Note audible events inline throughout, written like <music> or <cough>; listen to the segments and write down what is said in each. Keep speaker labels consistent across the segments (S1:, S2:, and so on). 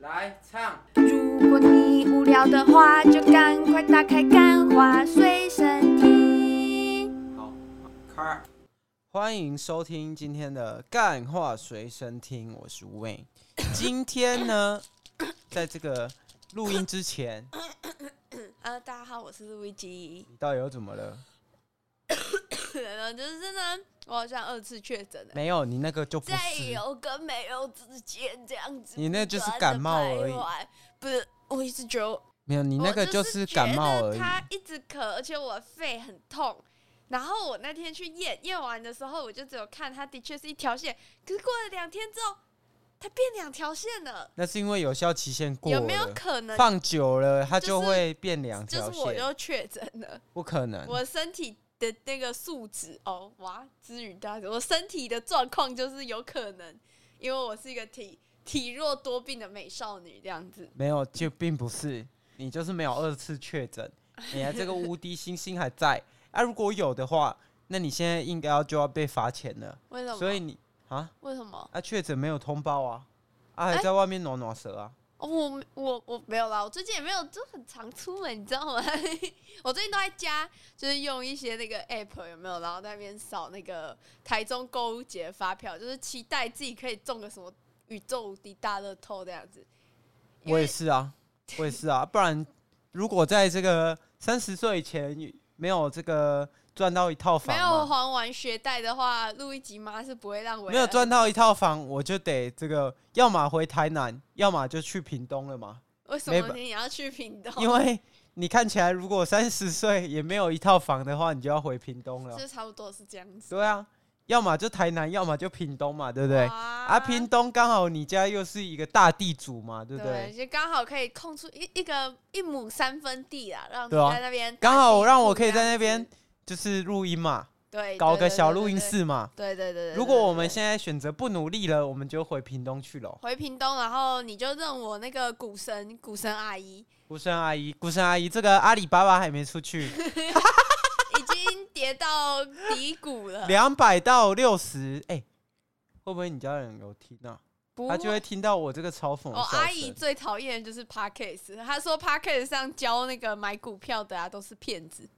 S1: 来唱，
S2: 如果你无聊的话，就赶快打开《干花随身听》。
S1: 好，开。
S3: 欢迎收听今天的干话随身听，我是
S2: <coughs>
S3: Wayne。今天呢，在这个录音之前，
S2: 呃，大家好，我是路易 <laughs> 吉。
S3: 你到底又怎么了？
S2: 就是真的，我好像二次确诊了，
S3: 没有，你那个就不
S2: 在
S3: 是。
S2: 有跟没有之间这样子。
S3: 你那就是感冒而已。
S2: 不是，我一直觉得
S3: 没有，你那个就是感冒而已。
S2: 他一直咳，而且我肺很痛。然后我那天去验验完的时候，我就只有看他的确是一条线，可是过了两天之后，它变两条线了。
S3: 那是因为有效期限过
S2: 有没有
S3: 了，
S2: 可能？
S3: 放久了它就
S2: 就是
S3: 会变两条
S2: 就是我
S3: 线，
S2: 又确诊了，
S3: 不可能。
S2: 我身体的那个数值哦，哇，之于大我身体的状况就是有可能，因为我是一个体体弱多病的美少女这样子。
S3: 没有，就并不是，你就是没有二次确诊，你还这个无敌星星还在啊。如果有的话，那你现在应该要就要被罚钱了。
S2: 为什么？
S3: 所以你啊
S2: 为什么？
S3: 啊确诊没有通报啊，啊还
S2: 哎
S3: 在外面暖暖蛇啊，
S2: 哦我我我没有啦，我最近也没有，就很常出门，你知道吗？ <laughs> 我最近都在家，就是用一些那个 app 有没有，然后在那边扫那个台中购物节发票，就是期待自己可以中个什么宇宙无敌大乐透这样子。因
S3: 我
S2: 为
S3: 也是啊，我也
S2: <laughs>
S3: 是啊，不然如果在这个三十岁以前没有这个赚到一套房
S2: 没
S3: 嘛
S2: 有啊还完学贷的话，录一集妈是不会让我
S3: 没有赚到一套房，我就得这个，要么回台南，要么就去屏东了嘛。
S2: 为什
S3: 没
S2: 么
S3: 吧
S2: 你要去屏东？
S3: <laughs> 因为你看起来如果三十岁也没有一套房的话，你就要回屏东了
S2: <laughs> 就。差不多是这样子，
S3: 对啊，要么就台南，要么就屏东嘛，对不对？啊，
S2: 啊
S3: 屏东刚好你家又是一个大地主嘛，对不对？
S2: 就刚好可以空出一一个一亩三分地啦，让你
S3: 对啊
S2: 在那边打
S3: 刚好
S2: 地
S3: 让我
S2: 主
S3: 可以
S2: 这样
S3: 在那边
S2: 子
S3: 就是录音嘛，
S2: 对
S3: 搞
S2: 对
S3: 个
S2: 对
S3: 小
S2: 对
S3: 录音
S2: 对
S3: 室嘛。
S2: 对对对对。
S3: 如果
S2: 对
S3: 我们
S2: 对
S3: 现在选择不努力了，我们就回屏东去了。
S2: 回屏东，然后你就认我那个股神股神阿姨，
S3: 孤身阿姨，孤身阿姨，这个阿里巴巴还没出
S2: <laughs>
S3: 去，
S2: 已经跌到低谷了，
S3: 两百到六十，哎，会不会你家人有听啊？
S2: 不
S3: <laughs> 他就会听到我这个嘲讽的
S2: 哦，
S3: 笑
S2: 阿姨
S3: 声
S2: 最讨厌的就是 Parkes，她说 Parkes 上教那个买股票的啊都是骗子。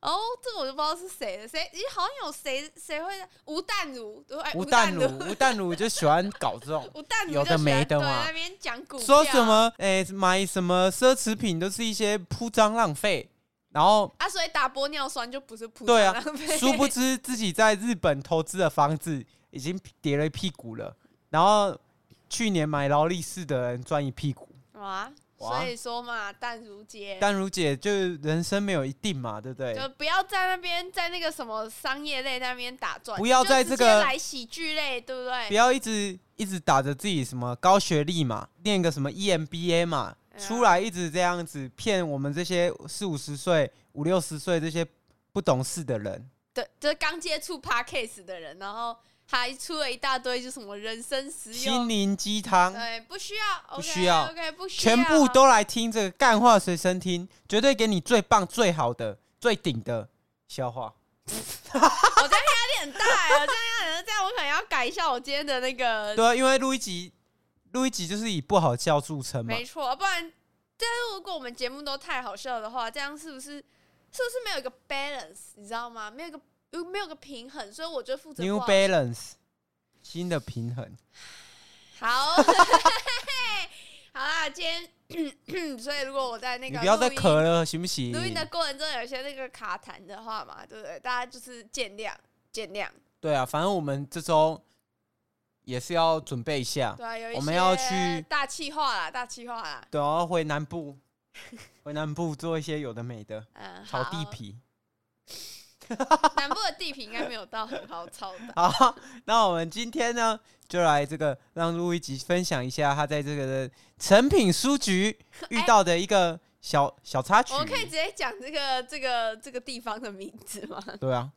S2: 哦，这个我就不知道是谁了，谁？咦，好像有谁谁会吴淡如，对，哎
S3: 吴淡
S2: 淡，
S3: 如， <laughs> 吴淡如就喜欢搞这种
S2: <laughs> 吴淡如
S3: 有的
S2: 就喜欢
S3: 没的
S2: 对
S3: 嘛
S2: 那边讲股票，
S3: 说什么哎、买什么奢侈品都是一些铺张浪费，然后
S2: 啊？所以打玻尿酸就不是普
S3: 对啊
S2: 通浪费
S3: 殊不知自己在日本投资的房子已经跌了一屁股了，然后去年买劳力士的人赚一屁股。
S2: <laughs> 哇，
S3: 哇
S2: 所以说嘛，淡如姐
S3: 淡如姐就是人生没有一定嘛，对不对？
S2: 啊就不要在那边在那个什么商业类那边打转，
S3: 不要
S2: 就
S3: 在
S2: 直
S3: 这
S2: 接
S3: 个
S2: 来喜剧类，对不
S3: 不
S2: 对？
S3: 要一直一直打着自己什么高学历嘛，念个什么 E EMBA 嘛，
S2: 哎呀
S3: 出来一直这样子骗我们这些四五十岁、五六十岁这些不懂事的人。
S2: 对，就是刚接触 podcast 的人，然后还出了一大堆就什么人生实
S3: 心
S2: 用，
S3: 灵鸡汤
S2: 对，不需要，
S3: 不需要
S2: o k 不需要，
S3: 全部都来听这个干话随身听，绝对给你最棒、最好的、最顶的笑话。
S2: 有点大、欸，我这样要这样，我可能要改一下我今天的那个，
S3: 对啊，因为录一集，录一集就是以不好笑著称嘛。
S2: 没错，不然，但是如果我们节目都太好笑的话，这样是不是是不是没有一个 balance，你知道吗？没有一个有没有个平衡，所以我就负责
S3: New
S2: 不好
S3: Balance，新的平衡。
S2: 好， <laughs> 好啦，今天 <coughs> 所以如果我在那
S3: 你
S2: 个
S3: 不要再
S2: 录音
S3: 咳了，行不行
S2: 录？音的过程中有一些那个卡痰的话嘛，对不对？大家就是见谅，见谅。
S3: 对啊，反正我们这周也是要准备一下，
S2: 对啊，有一些
S3: 我们要去
S2: 大气化啦，大气化啦。
S3: 等要回南部，回南部做一些有的没的，
S2: 嗯，
S3: 炒
S2: 好
S3: 地。皮。。
S2: 南部的地皮应该没有到很好炒的
S3: 好，那我们今天呢，就来这个让路易吉分享一下他在这个成品书局遇到的一个小、小插曲
S2: 我。们可以直接讲这个这个这个地方的名字吗？
S3: 对啊，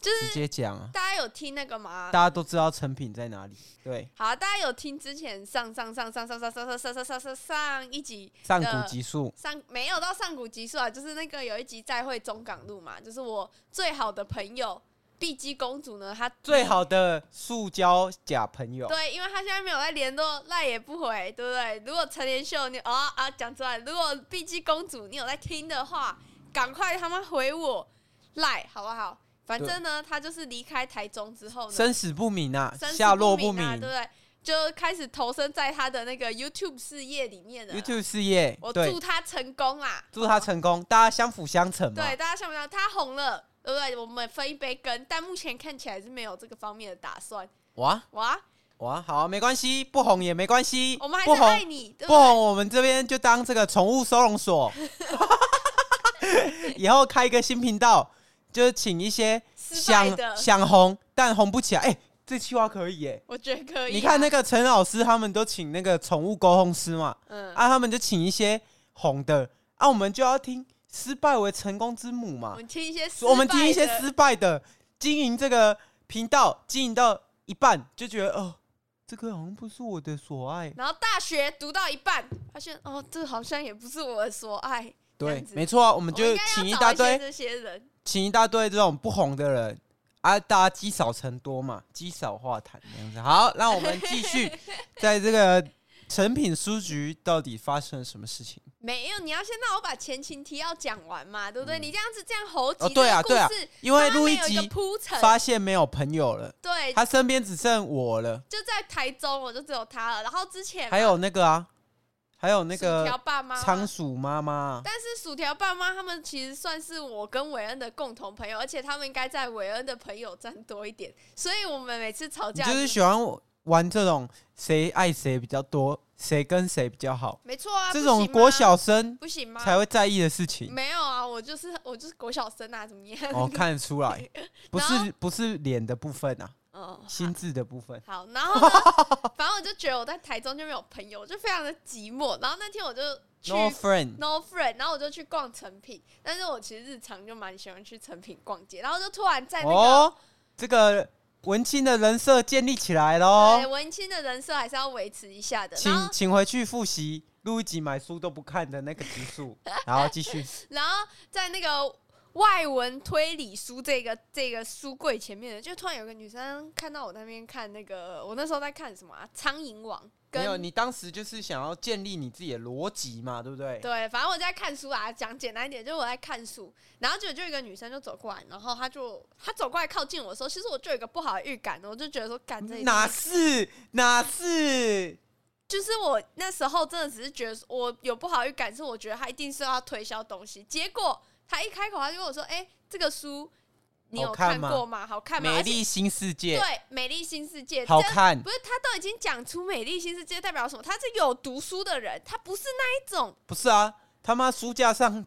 S2: 就是
S3: 直接讲啊，
S2: 大家有听那个吗
S3: 大？家都知道成品在哪里。对，
S2: 好，大家有听之前上上上上上上上上上上上上上一集
S3: 上
S2: 呃
S3: 古集数，
S2: 上没有到上古集数啊，就是那个有一集再会中港路嘛，就是我最好的朋友碧姬公主呢，她
S3: 最好的塑胶假朋友，
S2: 对，因为她现在没有在联络，赖也不回，对不对？如果陈连秀你啊啊讲出来，如果碧姬公主你有在听的话，赶快他妈回我赖好不好？反正呢，她就是离开台中之后呢，
S3: 生死不明啊，
S2: 生死
S3: 下落
S2: 不
S3: 不
S2: 明啊，
S3: 明
S2: 对不对？就开始投身在她的那个 YouTube 事业里面了。
S3: ，YouTube 事业
S2: 我，
S3: 对
S2: 祝，她成功啦！
S3: 祝他成功，大家相辅相成嘛。
S2: 对，大家想不想？他红了，对不对？我们分一杯羹，但目前看起来是没有这个方面的打算。
S3: 哇
S2: 哇，
S3: 哇，好，没关系，不红也没关系，
S2: 我们还
S3: 不
S2: 是爱
S3: 红
S2: 你，
S3: <laughs>
S2: 对
S3: 不
S2: 对？
S3: 红，我们这边就当这个宠物收容所， <laughs> 以后开一个新频道，就是请一些
S2: 失败
S3: 想
S2: 的，
S3: 想红但红不起来，哎、这计划可以耶、
S2: 我觉得可以啊。
S3: 你看那个陈老师，他们都请那个宠物沟通师嘛，
S2: 嗯，
S3: 啊，他们就请一些红的，啊，我们就要听失败为成功之母
S2: 我
S3: 嘛，
S2: 们听一些失败的，
S3: 我们听一些失败的，经营这个频道经营到一半就觉得哦，这个好像不是我的所爱，
S2: 然后大学读到一半，发现哦，这好像也不是我的所爱。这样
S3: 对，
S2: 子
S3: 没错啊，我们
S2: 我
S3: 就
S2: 应该要
S3: 请一
S2: 找
S3: 大
S2: 些
S3: 堆，
S2: 这些人，
S3: 请一大堆这种不红的人。啊，大家积少成多嘛，积少化痰这样子。好，那我们继
S2: <laughs>
S3: 续在这个成品书局到底发生了什么事情？
S2: 没有，你要先让我把前情提要讲完嘛，对不对？你这样子这样猴
S3: 嗯
S2: 急，
S3: 哦对啊
S2: 这个故事
S3: 因为
S2: 它
S3: 录
S2: 没
S3: 一
S2: 有个
S3: 集
S2: 铺陈，
S3: 发现没有朋友了，
S2: 对，
S3: 他身边只剩我了，
S2: 就在台中，我就只有他了。然后之前
S3: 还有那个啊，还有那
S2: 薯
S3: 个
S2: 条爸妈嘛
S3: 仓鼠妈妈，
S2: 但是薯条爸妈他们其实算是我跟韦恩的共同朋友，而且他们应该在韦恩的朋友占多一点，所以我们每次吵
S3: 你
S2: 架
S3: 就是喜欢玩这种谁爱谁比较多，谁跟谁比较好，
S2: 没错啊，
S3: 这
S2: 不
S3: 种
S2: 行吗
S3: 国小生
S2: 不行吗？
S3: 才会在意的事情。
S2: <laughs> 没有啊，我就是 <laughs> 我就是国小生啊，怎么样？ <laughs>
S3: 哦，看得出来，不
S2: 然后
S3: 是不是脸的部分啊，
S2: <laughs> 哦，
S3: 心智的部分。
S2: 好，然
S3: <laughs>
S2: 后呢，反正我就觉得我在台中就没有朋友，我就非常的寂寞。然后那天我就去
S3: No friend，
S2: no friend，然后我就去逛成品，但是我其实日常就蛮喜欢去成品逛街，然后就突然在那个、
S3: 哦，这个文青的人设建立起来喽
S2: 对，。文青的人设还是要维持一下的。然
S3: 请
S2: 后，
S3: 请回去复习录一集买书都不看的那个集
S2: <laughs>
S3: 数，然后继续。
S2: 然后在那个外文推理书这个这个书柜前面，就突然有个女生看到我那边看那个，我那时候在看什么啊？《苍蝇王》跟
S3: 没有，你当时就是想要建立你自己的逻辑嘛，对不对？
S2: 对，反正我在看书啊，讲简单一点，就是我在看书，然后就就有一个女生就走过来，然后她就她走过来靠近我的时候，其实我就有一个不好的预感，我就觉得说，干这一定
S3: 哪是哪是？
S2: 就是我那时候真的只是觉得我有不好预感，是我觉得他一定是要推销东西。结果他一开口，他就跟我说：“哎、这个书你有
S3: 好看吗
S2: 过吗？好看吗？”
S3: 美
S2: 而且
S3: 丽新世
S2: 对
S3: 界，
S2: 《美丽新世界》
S3: 好
S2: 这
S3: 看
S2: 不是他都已经讲出《美丽新世界》代表什么？他是有读书的人，他不是那一种，
S3: 不是啊？他妈书架上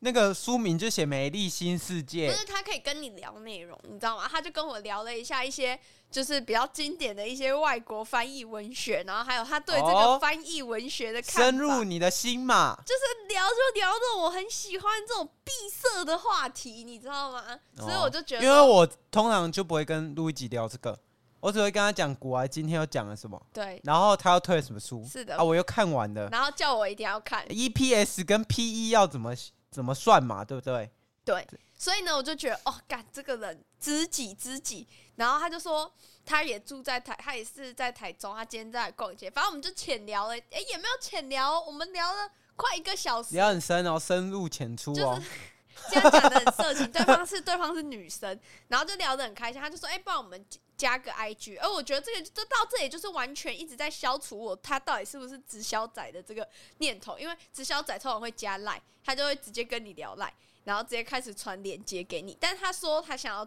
S3: 那个书名就写《美丽新世
S2: 不
S3: 界》，
S2: 是他可以跟你聊内容，你知道吗？他就跟我聊了一下一些就是比较经典的一些外国翻译文学，然后还有他对这个
S3: 哦
S2: 翻译文学的看法。
S3: 深入你的心嘛。
S2: 就是聊就聊着我很喜欢这种闭塞的话题，你知道吗？所以我就觉得
S3: 哦因
S2: 说，
S3: 为我通常就不会跟路易吉聊这个，我只会跟他讲古玩今天要讲了什么，
S2: 对，
S3: 然后他要推了什么书
S2: 是的
S3: 啊，我又看完了。
S2: 然后叫我一定要看，
S3: EPS 跟 PE 要怎么怎么算嘛，对不对？
S2: 对，所以呢，我就觉得哦，干这个人知己知己。然后他就说，他也住在台，他也是在台中，他今天在逛街，反正我们就浅聊了，哎、也没有浅聊哦，我们聊了快一个小时，
S3: 聊很深哦，深入浅出哦。
S2: <laughs> 这样讲的很色情，对方是对方是女生，然后就聊得很开心，他就说：“哎、不然我们加个 IG。”而我觉得这个就到这里就是完全一直在消除我他到底是不是直销仔的这个念头，因为直销仔通常会加赖，他就会直接跟你聊赖，然后直接开始传链接给你。但他说他想要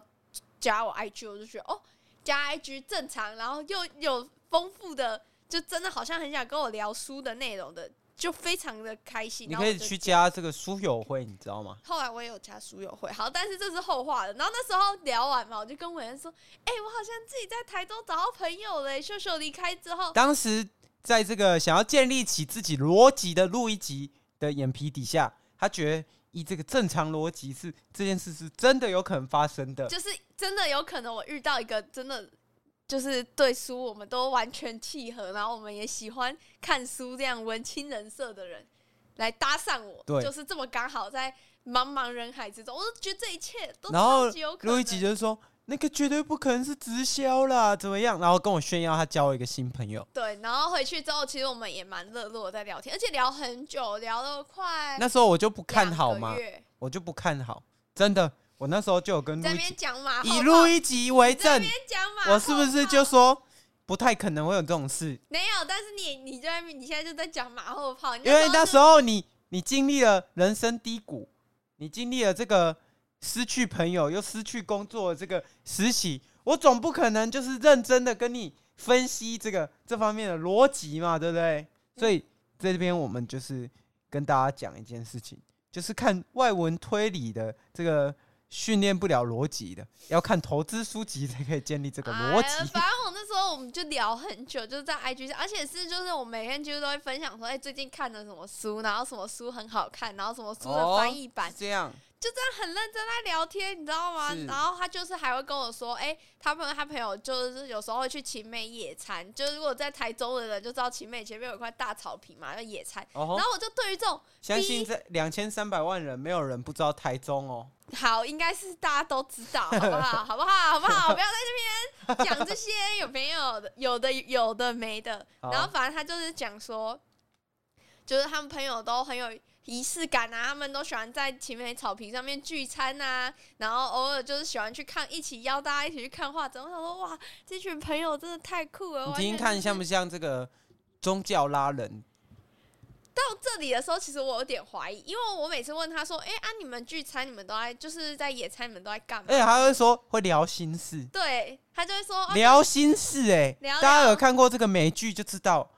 S2: 加我 IG，我就觉得哦，加 IG 正常，然后又有丰富的，就真的好像很想跟我聊书的内容的，就非常的开心。
S3: 你
S2: 然后
S3: 可
S2: 我
S3: 以
S2: 就
S3: 去加这个书友会，你知道吗？
S2: 后来我也有加书友会，好，但是这是后话了。然后那时候聊完嘛，我就跟伟恩说：“哎、我好像自己在台中找到朋友嘞。”秀秀离开之后，
S3: 当时在这个想要建立起自己逻辑的路易吉的眼皮底下，他觉得以这个正常逻辑是这件事是真的有可能发生的。
S2: 就是真的有可能我遇到一个真的就是对书我们都完全契合，然后我们也喜欢看书这样文青人设的人来搭讪我，
S3: 对
S2: 就是这么刚好在茫茫人海之中，我就觉得这一切都
S3: 然后
S2: 超级有可
S3: 路
S2: 能
S3: 易。吉就是说：“那个绝对不可能是直销啦，怎么样？然后跟我炫耀他交了一个新朋友。
S2: 对，然后回去之后，其实我们也蛮热络在聊天，而且聊很久，聊了快
S3: 那时候我就不看
S2: 两
S3: 好
S2: 个
S3: 嘛，
S2: 月
S3: 我就不看好，真的。我那时候就有跟
S2: 在
S3: 路
S2: 那
S3: 易
S2: 边
S3: 吉
S2: 讲马后
S3: 以
S2: 炮
S3: 路易吉为证，
S2: 在讲马后炮，
S3: 我是不是就说不太可能会有这种事？
S2: 没有？但是你你就在那边你现在就在讲马后炮，你
S3: 因为那
S2: 是
S3: 时候你你经历了人生低谷，你经历了这个失去朋友又失去工作的这个实习，我总不可能就是认真的跟你分析这个这方面的逻辑嘛，对不对？所以在这边我们就是跟大家讲一件事情，就是看外文推理的这个。训练不了逻辑的，要看投资书籍才可以建立这个逻
S2: 哎呀
S3: 辑。
S2: 反正我那时候我们就聊很久，就是在 IG 上，而且是就是我每天几乎都会分享说，哎、最近看了什么书，然后什么书很好看，然后什么书的翻译版，
S3: 哦是这
S2: <laughs>
S3: 样，
S2: 就这样很认真在聊天，你知道吗
S3: 是？
S2: 然后他就是还会跟我说，哎、他朋友他朋友就是有时候会去晴美野餐，就是如果在台州的人就知道晴美前面有一块大草坪嘛，要野餐。
S3: 哦吼
S2: 然后我就对于这种
S3: 相信这两千三百万人，没有人不知道台中哦。
S2: 好，应该是大家都知
S3: <laughs>
S2: 道，好不好？好不好？好不好？不要在这边讲这些有没有的，有的有的没的。
S3: 好
S2: 然后反正他就是讲说，就是他们朋友都很有仪式感啊，他们都喜欢在前面草坪上面聚餐啊，然后偶尔就是喜欢去看，一起邀大家一起去看画展。我想说，哇，这群朋友真的太酷了！
S3: 你
S2: 完
S3: 听听
S2: 全
S3: 看
S2: 就是
S3: 像不像这个宗教拉人？
S2: 到这里的时候，其实我有点怀疑，因为我每次问他说，哎、啊，你们聚餐，你们都在就是在野餐，你们都在干嘛？
S3: 而且还会哎说会聊心事，
S2: 对他就会说，啊
S3: 聊心事哎、
S2: 聊聊
S3: 大家有看过这个美剧就知道，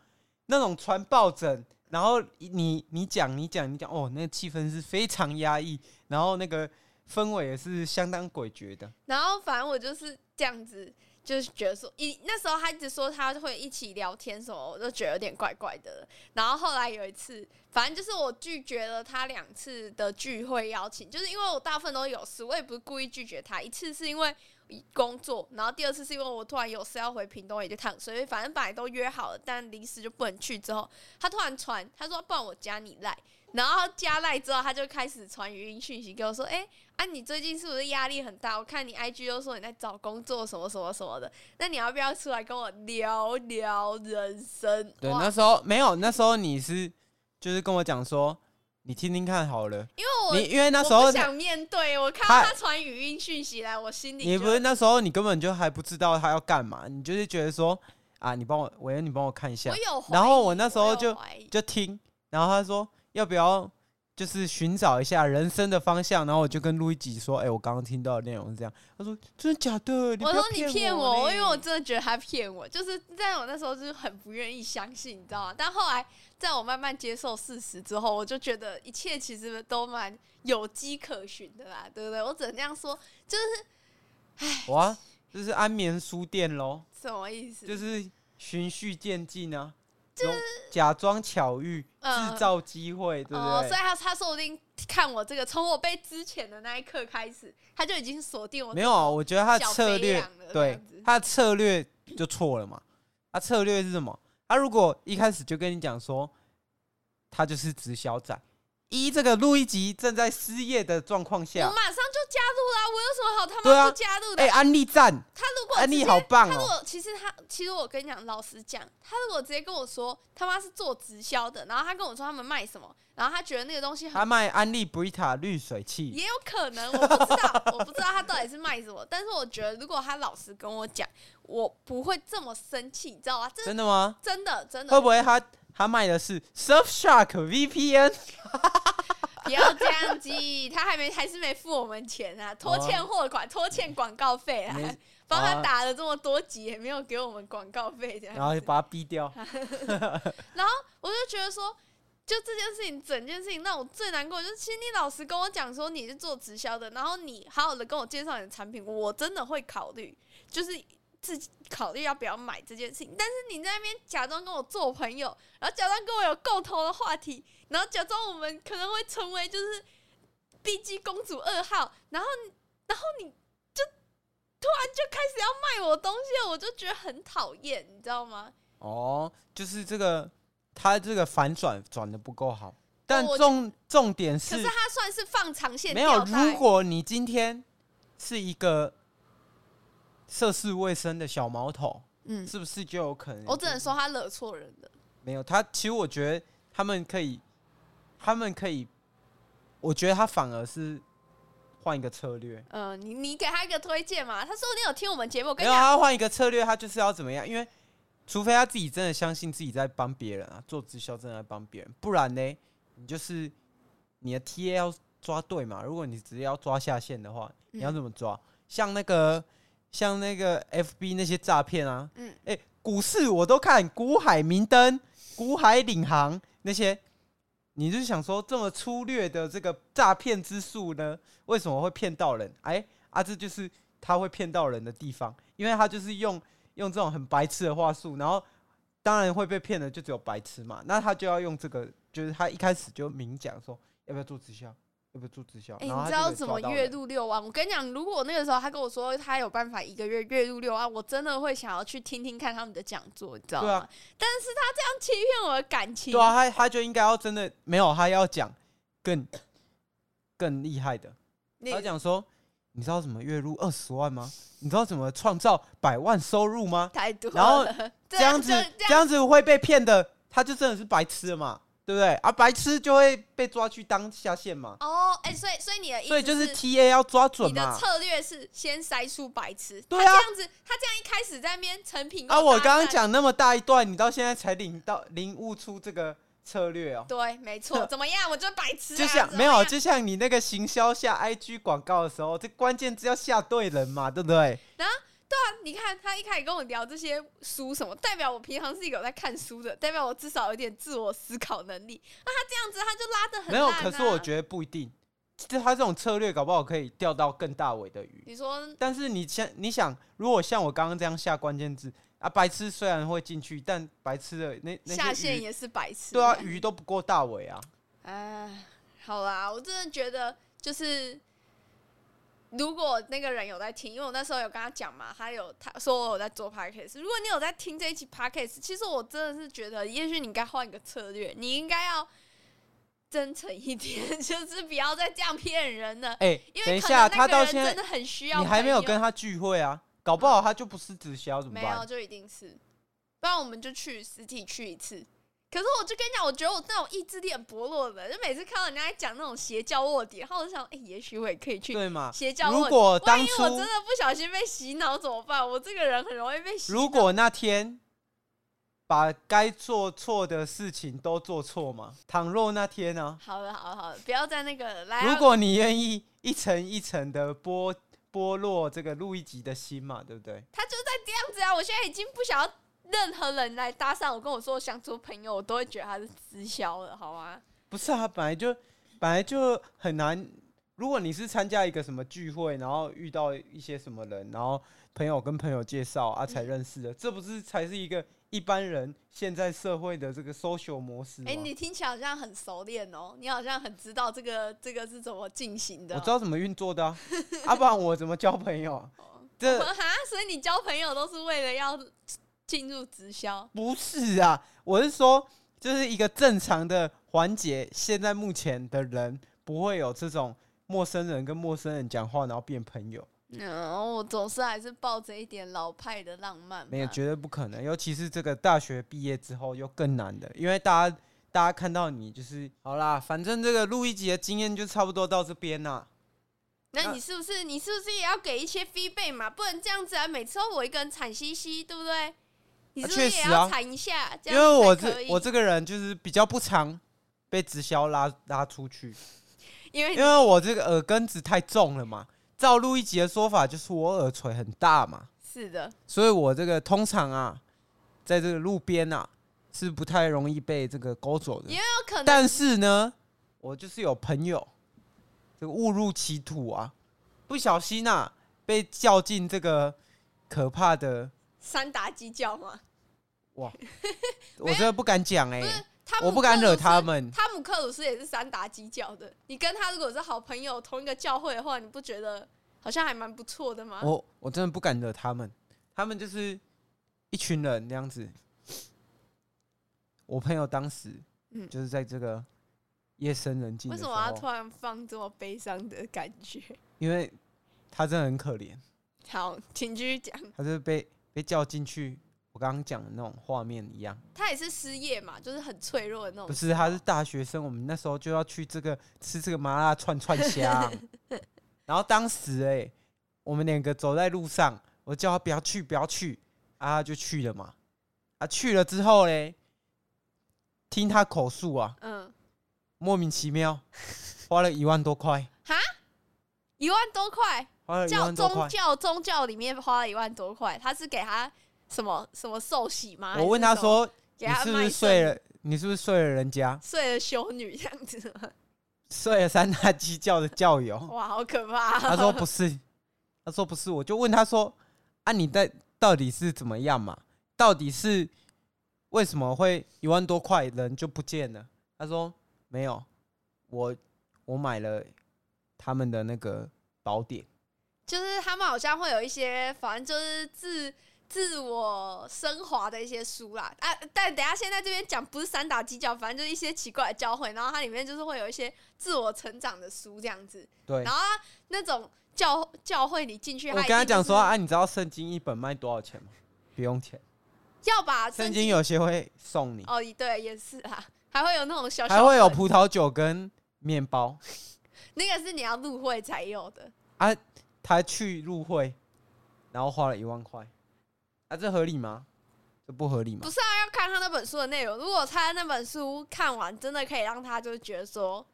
S3: 那种传抱枕，然后你你讲你讲你讲，哦，那个气氛是非常压抑，然后那个氛围也是相当诡谲的。
S2: 然后反正我就是这样子，就是觉得说，一那时候他一直说他会一起聊天什么，我就觉得有点怪怪的了。然后后来有一次，反正就是我拒绝了他两次的聚会邀请，就是因为我大部分都有事，我也不是故意拒绝他。一次是因为工作，然后第二次是因为我突然有事要回屏东也去趟，所以反正本来都约好了，但临时就不能去。之后他突然传，他说不然我加你赖，然后加赖之后他就开始传语音讯息给我说，哎、啊，你最近是不是压力很大？我看你 IG 都说你在找工作什么什么什么的，那你要不要出来跟我聊聊人生？
S3: 对，
S2: 哇
S3: 那时候没有，那时候你是就是跟我讲说，你听听看好了，
S2: 因为我
S3: 你因为那时
S2: 我
S3: 候
S2: 不想面对，我看
S3: 他
S2: 到他传语音讯息来，我心里
S3: 你
S2: 就
S3: 不是那时候你根本就还不知道他要干嘛，你就是觉得说啊，你帮我，我要你帮我看一下
S2: 我，有怀疑，
S3: 然后我那时候
S2: 有
S3: 就
S2: 怀疑
S3: 就听，然后他说要不要就是寻找一下人生的方向，然后我就跟路易吉说，哎、我刚刚听到的内容是这样，他说真的假的？你
S2: 我
S3: 不要
S2: 说你
S3: 骗
S2: 骗我，
S3: 嘞
S2: 因为我真的觉得他骗我，就是在我那时候就是很不愿意相信，你知道吗？但后来在我慢慢接受事实之后，我就觉得一切其实都蛮有迹可循的啦，对不对？我只能这样说，就是
S3: 哇，这是安眠书店喽，
S2: 什么意思？
S3: 就是循序渐进啊，就是假装巧遇，
S2: 嗯
S3: 制造机会，对不
S2: 哦，所
S3: 对
S2: 以？他他说不定看我这个，从我被之前的那一刻开始，他哦就已经锁定我
S3: 没有啊，我觉得他的
S2: 小
S3: 策
S2: 肥
S3: 略
S2: 羊的这
S3: 对
S2: 样子
S3: 他的策略就错了嘛。他策略是什么？他如果一开始就跟你讲说他就是直销仔，一这个路易吉正在失业的状况
S2: 我
S3: 下，
S2: 马上就加入啦、我有什么好他
S3: 对啊
S2: 妈不加入的？
S3: 哎、安利赞，
S2: 他如果
S3: 安
S2: 直
S3: 利
S2: 接
S3: 好棒
S2: 他如
S3: 哦！
S2: 果其实他其实我跟你讲，老实讲，他如果直接跟我说他妈是做直销的，然后他跟我说他们卖什么，然后他觉得那个东西
S3: 他
S2: 很，
S3: 卖安利 Brita 滤水器，
S2: 也有可能我不知道，我不知道他到底是卖什么，但是我觉得如果他老实跟我讲，我不会这么生气，你知道吗？这是
S3: 真的吗？
S2: 真的真的
S3: 会不 <laughs> 会他他卖的是 Surfshark
S2: <laughs>
S3: VPN？
S2: 不要这样子，他还没还是没付我们钱啊，拖欠货款，拖欠广告费啊
S3: 哦没，
S2: 帮
S3: 啊
S2: 他打了这么多集也没有给我们广告费，这样
S3: 然后就把他逼
S2: <laughs>
S3: 掉。
S2: 我就觉得说，就这件事情，整件事情让我最难过，就是其实你老实跟我讲说你是做直销的，然后你好好的跟我介绍你的产品，我真的会考虑，就是自己考虑要不要买这件事情。但是你在那边假装跟我做朋友，然后假装跟我有共同的话题，然后假装我们可能会成为就是 B G 公主二号，然后然后你就突然就开始要卖我东西了，我就觉得很讨厌，你知道吗？
S3: 哦，就是这个他这个反转转的不够好，但
S2: 哦我觉
S3: 重重点
S2: 可
S3: 是
S2: 是他算是放长线
S3: 没有，
S2: 钓大鱼
S3: 如果你今天是一个涉世未深的小毛头，
S2: 嗯，
S3: 是不是就有可能？
S2: 我只能说他惹错人了。
S3: 没有他，其实我觉得他们可以，他们可以，我觉得他反而是换一个策略。
S2: 嗯、你你给他一个推荐嘛？他说不定有听我们节目，我
S3: 没
S2: 跟你
S3: 有，啊
S2: 讲，
S3: 他换一个策略，他就是要怎么样？因为除非他自己真的相信自己在帮别人啊，做直销真的在帮别人，不然呢，你就是你的 TA 要抓对嘛。如果你直接要抓下线的话，你要
S2: 嗯
S3: 怎么抓？像那个像那个 FB 那些诈骗啊，
S2: 嗯
S3: 哎、股市我都看，股海明灯、股海领航那些。你就是想说，这么粗略的这个诈骗之术呢，为什么会骗到人？哎，啊，这就是他会骗到人的地方，因为他就是用用这种很白痴的话术，然后当然会被骗的就只有白痴嘛。那他就要用这个，就是他一开始就明讲说要不要做直销，要不要做直销。
S2: 哎、
S3: 然后
S2: 你
S3: 他
S2: 知
S3: 就
S2: 道
S3: 可以抓
S2: 怎么
S3: 到
S2: 月
S3: 人
S2: 入六万？我跟你讲，如果那个时候他跟我说他有办法一个月月入六万，我真的会想要去听听看他们的讲座，你知道吗？
S3: 对啊
S2: 但是他这样欺骗我的感情，
S3: 对啊，他他就应该要真的没有，他要讲更更厉害的。
S2: 你
S3: 他讲说，你知道怎么月入二十万吗？你知道怎么创造百万收入
S2: <laughs>
S3: 吗？
S2: 太多了，
S3: 然后
S2: 这
S3: 这样子
S2: 就这
S3: 这样子会被骗的，他就真的是白痴了嘛，对不对？啊，白痴就会被抓去当下线嘛。
S2: 哦，哎、所以所以你的意思
S3: 所以就是是 T A 要抓准
S2: 你的
S3: 嘛。
S2: 策略是先筛出白痴，
S3: 对
S2: 他
S3: 啊
S2: 这样子，他这样一开始在那边成品
S3: 啊，我
S2: 搭讪
S3: 刚刚，讲那么大一段，你到现在才领到领悟出这个策略哦。
S2: 对，没
S3: <laughs>
S2: 错，怎么样？我就是白痴、啊，
S3: 就
S2: 怎
S3: 像
S2: 么
S3: 没有，
S2: 样
S3: 就像你那个行销下 IG 广告的时候，这关键字要下对人嘛，对不对？
S2: 你看他一开始跟我聊这些书什么，代表我平常是一个有在看书的，代表我至少有点自我思考能力。那他这样子，他就拉的很、
S3: 没
S2: 烂
S3: 有，
S2: 啊。
S3: 可是我觉得不一定，就他这种策略搞不好可以钓到更大尾的鱼。
S2: 你说
S3: 但是你像你想，如果像我刚刚这样下关键字啊，白痴虽然会进去，但白痴的那那些
S2: 下线
S3: 鱼
S2: 也是白痴，
S3: 对啊，鱼都不过大尾
S2: <laughs>
S3: 啊。
S2: 哎，好啦，我真的觉得就是，如果那个人有在听，因为我那时候有跟他讲嘛，他有他说我有在做 podcast。如果你有在听这一期 podcast，其实我真的是觉得，也许你应该换一个策略，你应该要真诚一点， <laughs> 就是不要再这样骗人了。
S3: 哎、
S2: 因
S3: 等一
S2: 为可
S3: 下，
S2: 能
S3: 他
S2: 那个
S3: 到
S2: 人
S3: 现在
S2: 真的很需要
S3: 你还没有
S2: 朋友嗯
S3: 跟他聚会啊，搞不好他就不是直销怎么
S2: 没
S3: 办
S2: 有？就一定是，不然我们就去实体去一次。可是我就跟你讲，我觉得我那种意志力很薄弱的，就每次看到人家在讲那种邪教卧底，然后我就想，哎、也许我也可以去
S3: 对嘛？
S2: 邪教
S3: 如
S2: 卧底。
S3: 果
S2: 万
S3: 当
S2: 一
S3: 初
S2: 我真的不小心被洗脑怎么办？我这个人很容易被洗脑。
S3: 如果那天把该做错的事情都做错嘛，倘若那天啊呢、
S2: 好了好了好了，不要再那个了来啊、
S3: 如果你愿意一层一层的剥剥落这个路易吉的心嘛，对不对？
S2: 他就在这样子啊！我现在已经不想要任何人来搭讪我，跟我说我想做朋友，我都会觉得他是直销了，好吗？
S3: 不是啊，本来就本来就很难。如果你是参加一个什么聚会，然后遇到一些什么人，然后朋友跟朋友介绍啊才认识的，这不是才是一个一般人现在社会的这个 social 模式吗？
S2: 哎、你听起来好像很熟练哦，你好像很知道这个这个是怎么进行的哦、
S3: 我知道怎么运作的啊，啊，不然我怎么交朋
S2: <laughs>
S3: 友啊？这
S2: 我哈，所以你交朋友都是为了要进入直销？
S3: 不是啊，我是说，就是一个正常的环节。现在目前的人不会有这种陌生人跟陌生人讲话，然后变朋友，
S2: 嗯，我总是还是抱着一点老派的浪漫嘛。
S3: 没有，绝对不可能。尤其是这个大学毕业之后，又更难的，因为大家大家看到你就是好啦，反正这个录一集的经验就差不多到这边啦。
S2: 那你是不是你是不是也要给一些 feedback 嘛？不能这样子啊，每次都我一个人惨兮兮，对不对？你是不是
S3: 确
S2: 也
S3: 实啊
S2: 要惨一下？这
S3: 因
S2: 样
S3: 为我
S2: 才可
S3: 这
S2: 以
S3: 我这个人就是比较不常被直销拉拉出去，
S2: 因为
S3: 因为我这个耳根子太重了嘛。照录一集的说法，就是我耳垂很大嘛。
S2: 是的，
S3: 所以我这个通常啊，在这个路边啊，是不太容易被这个勾走的
S2: 因。为有可能
S3: 但是呢，我就是有朋友，这个误入歧途啊，不小心啊，被叫进这个可怕的
S2: 三打鸡叫嘛。 <laughs>
S3: 哇，我真的不敢讲哎、
S2: 不是他
S3: 我不敢惹他们。
S2: 汤姆克鲁斯也是三打鸡叫的。你跟他如果是好朋友，同一个教会的话，你不觉得好像还蛮不错的吗？
S3: 我我真的不敢惹他们，他们就是一群人那样子。我朋友当时，
S2: 嗯
S3: 就是在这个夜深人静
S2: 为
S3: 的哦时
S2: 什
S3: 候，
S2: 么要突然放这么悲伤的感觉？
S3: 因为他真的很可怜，
S2: 好，请继续讲。
S3: 他就是被被叫进去，我刚刚讲的那种画面一样。
S2: 他也是失业嘛，就是很脆弱的那种。
S3: 不是，他是大学生，我们那时候就要去这个吃这个麻辣串串
S2: <laughs>
S3: 香。然后当时哎、我们两个走在路上，我叫他不要去，不要去，啊，他就去了嘛。啊，去了之后嘞，听他口述啊，
S2: 嗯，
S3: 莫名其妙花了一万多块，
S2: 一万多块，
S3: 花了一
S2: 教
S3: 万多块
S2: 宗。教宗教里面花了一万多块，他是给他什么什么受洗吗？
S3: 我问
S2: 还
S3: 他
S2: 是什么，
S3: 说：“
S2: 给
S3: 你
S2: 他
S3: 是不
S2: 卖
S3: 是
S2: 身
S3: 睡了？你是不是睡了人家？
S2: 睡了修女这样子吗？
S3: 睡了三大基教的教友？”
S2: <laughs> 哇，好可怕！
S3: 他
S2: <laughs>
S3: 说不是，他说不是，我就问他说啊，你在到底是怎么样嘛？到底是为什么会一万多块人就不见了？他说没有，我我买了他们的那个宝典，
S2: 就是他们好像会有一些，反正就是自自我升华的一些书啦啊。但等一下现在这边讲不是三打鸡脚，反正就是一些奇怪的教会，然后它里面就是会有一些自我成长的书这样子。
S3: 对
S2: 然。后它那种教教会你进去，
S3: 我
S2: 它一
S3: 跟他
S2: 定
S3: 讲
S2: 就是
S3: 说啊，你知道圣经一本卖多少钱吗？不用钱，
S2: 要把
S3: 圣经有些会送你，
S2: 哦，对，也是啊，还会有那种小小
S3: 还会有
S2: 本
S3: 葡萄酒跟面包。
S2: 那个是你要入会才有的，
S3: 他去入会，然后花了一万块，啊，这合理吗？这不合理吗
S2: 不？是啊，要看他那本书的内容。如果他那本书看完，真的可以让他就是觉得说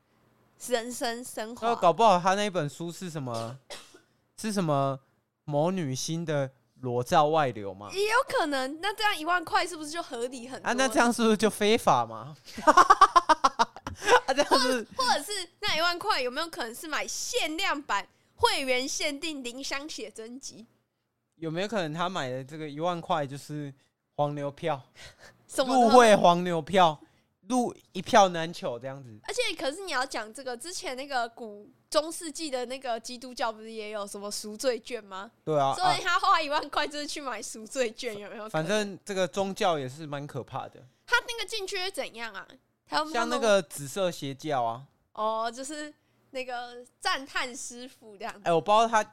S2: 人生升华
S3: 那，搞不好他那本书是什么？ <coughs> 是什么某女星的裸照外流嘛？
S2: 也有可能。那这样一万块是不是就合理很多？
S3: 啊，那这样是不是就非法嘛？ <laughs> 啊，这样是
S2: 或者是那一万块有没有可能是买限量版会员限定林香写真集？
S3: 有没有可能他买的这个一万块就是黄牛票，
S2: 什么
S3: 入
S2: 的
S3: 会黄牛票，入一票难求这样子？
S2: 而且，可是你要讲这个之前那个古中世纪的那个基督教不是也有什么赎罪券吗？
S3: 对啊，
S2: 所
S3: 啊
S2: 以他花一万块就是去买赎罪券，有没有可能？
S3: 反正这个宗教也是蛮可怕的，
S2: 他那个进去会怎样啊？他们
S3: 像那个紫色邪教啊。
S2: 哦，就是那个赞叹师傅这样
S3: 哎、
S2: 子。
S3: 我不知道他，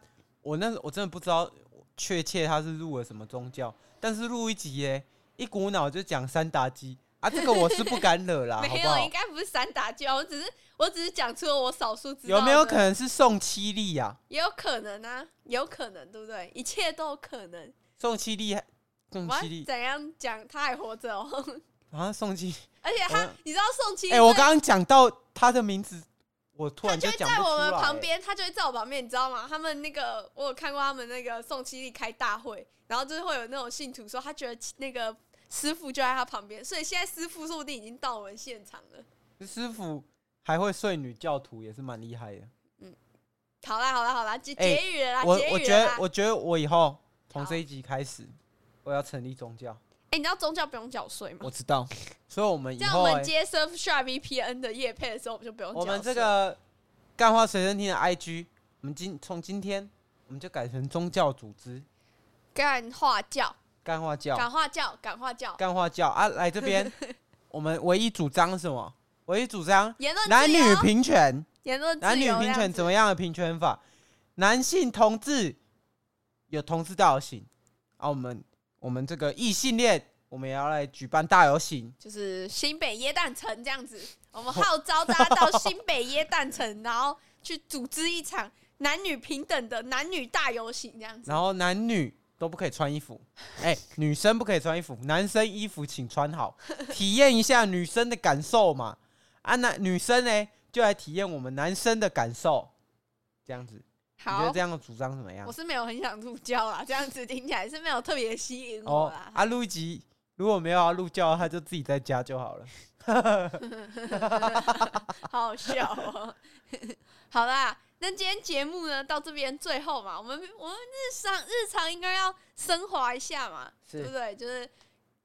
S3: 我那我真的不知道确切他是入了什么宗教，但是入一集耶，一股脑就讲三打鸡啊，这个我是不
S2: <laughs>
S3: 敢惹啦，好
S2: 没
S3: 不
S2: 有，应
S3: 好？
S2: 该不是散打教，我只是我只是讲出了我少数知道。
S3: 有没有可？能是宋七力呀、啊？
S2: 也有可能啊，也有可能，对不对？一切都有可能。
S3: 宋七力还，宋
S2: 我要
S3: 七力
S2: 怎样讲？他还活着哦， <laughs>
S3: 啊，宋七，
S2: 而且
S3: 好
S2: 他
S3: 像，
S2: 你知道宋七
S3: 哎、
S2: 力
S3: 我
S2: 在
S3: 刚刚讲到他的名字，我突
S2: 他
S3: 然
S2: 就会
S3: 讲
S2: 在
S3: 不
S2: 我
S3: 出来
S2: 们旁
S3: 欸。
S2: 边，他就会在我旁边，你知道吗？他们那个我有看过他们那个宋七力开大会，然后就是会有那种信徒说他觉得那个师傅就在他旁边，所以现在师傅说不定已经到我们现场了。
S3: 师傅还会睡女教徒，也是蛮厉害的。
S2: 好啦好啦好啦，结
S3: 哎
S2: 结语了啦，
S3: 我
S2: 结
S3: 我
S2: 语
S3: 觉
S2: 了
S3: 得
S2: 啦，。
S3: 我觉得我以后从
S2: 好
S3: 这一集开始，我要成立宗教。
S2: 哎，你知道宗教不用缴税吗
S3: 我？知
S2: <laughs>
S3: 道，所以我们以
S2: 这样
S3: 后、
S2: 我
S3: 欸
S2: 们。接 Surfshark VPN 的业配的时候，我们就不用缴税。
S3: 我们这个干话随身听的 IG，我们今从今天我们就改成宗教组织
S2: 干话教、
S3: 干话教
S2: 感化教、感化教，
S3: 干话教啊，来这边我们唯一主张是什么？唯一主张
S2: 言论
S3: 男
S2: 自
S3: 女
S2: 由
S3: 平权，
S2: 言论自
S3: 男女
S2: 由这
S3: 平
S2: 样
S3: 权
S2: 子
S3: 怎么样的平权法？男性同志有同志大游行啊，我们我们这个异性恋我们也要来举办大游行，
S2: 就是新北耶诞城这样子，我们号召大家到新北耶诞城，然后去组织一场男女平等的男女大游行这样子。
S3: 然后男女都不可以穿衣服， <laughs> 哎、女生不可以穿衣服，男生衣服请穿好， <laughs> 体验一下女生的感受嘛。啊，那女生呢，就来体验我们男生的感受，这样子，你觉得
S2: 好
S3: 这，样的主张怎么样
S2: 我？是没有很想入教啦，这样子听起来是没有特别吸引我
S3: 哦
S2: 啦，。
S3: 啊，录一集如果没有要入教，他就自己在家就好了。
S2: 好好笑哦。 <laughs> 好啦，那今天节目呢到这边最后嘛，我们我们日常日常应该要升华一下嘛，
S3: 是
S2: 对不对？就是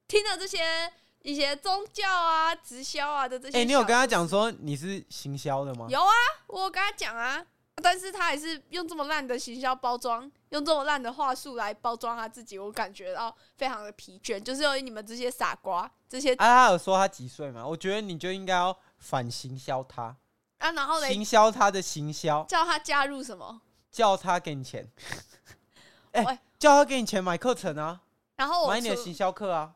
S2: 听了这些一些宗教啊、直销啊的这些，
S3: 哎、你有跟他讲说你是行销的吗？
S2: 有啊，我有跟他讲啊，但是他还是用这么烂的行销包装，用这么烂的话术来包装他自己，我感觉到非常的疲倦，就是由于你们这些傻瓜，这些啊
S3: 啊，他有说他几岁吗？我觉得你就应该要反行销他，
S2: 啊然后嘞
S3: 行销他的行销，
S2: 叫他加入什么？ <laughs>
S3: 叫他给你钱。哎
S2: 喂哦
S3: 叫他给你钱买课程啊，
S2: 然后我
S3: 买你的
S2: 出
S3: 行销课啊，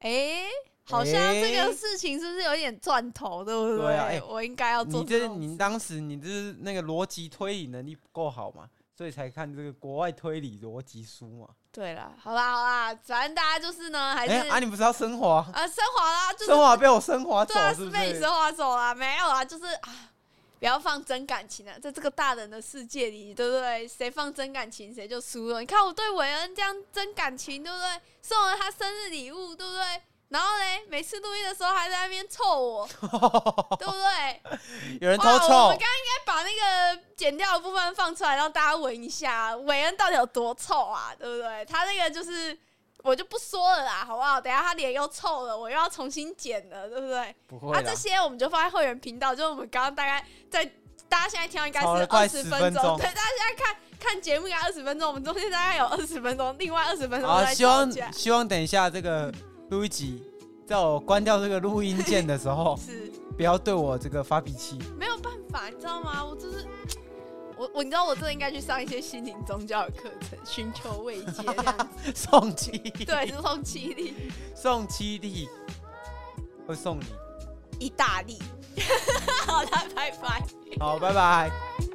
S2: 哎、好像这
S3: 哎
S2: 个事情是不是有点赚头，对不对？
S3: 对啊哎
S2: 我应该要做
S3: 你这
S2: 种
S3: 你
S2: 事
S3: 当时你这那个逻辑推理能力不够好嘛，所以才看这个国外推理逻辑书嘛。
S2: 对啦，好啦好啦，反正大家就是呢，还是、
S3: 哎、啊，你不是要升华？
S2: 啊升华啦，就是
S3: 升华被我升华走
S2: 对啊，，
S3: 是不
S2: 被你
S3: 是？
S2: 升华走啦，没有啊，就是啊，不要放真感情啊，在这个大人的世界里，对不对？谁放真感情，谁就输了。你看我对韦恩这样真感情，对不对？送了他生日礼物，对不对？然后嘞，每次录音的时候还在那边臭
S3: <laughs>
S2: 我，对不对？
S3: 有人偷
S2: 哇，我
S3: 臭
S2: 们刚，刚应该把那个剪掉的部分放出来，让大家闻一下韦恩到底有多臭啊，对不对？他那个就是我就不说了啦，好不好？等一下他脸又臭了，我又要重新剪了，对不对？
S3: 不
S2: 啊，
S3: 会啦
S2: 这，些我们就放在会员频道，就是我们刚刚大概在大家现在听到应该是
S3: 吵了
S2: 二
S3: 快
S2: 十
S3: 10
S2: 分
S3: 分
S2: 钟，
S3: 钟
S2: 对，大家现在看看节目应该二十分钟，我们中间大概有二十分钟，另外二十分钟
S3: 好，
S2: 在
S3: 希
S2: 吵
S3: 望
S2: 架，，
S3: 啊希望等一下这个录一集，在我关掉这个录音键的时候 <laughs>
S2: 是
S3: 不要对我这个发脾气。 <laughs>
S2: 没有办法，你知道吗？我就是。我我你知道我真的应该去上一些心灵宗教的课程，寻求慰藉这样
S3: <laughs>
S2: 子。
S3: 送七，
S2: 对，就是从七力
S3: 送七弟，会送你。
S2: <laughs> 意大利。好了，拜拜。
S3: 好，拜拜。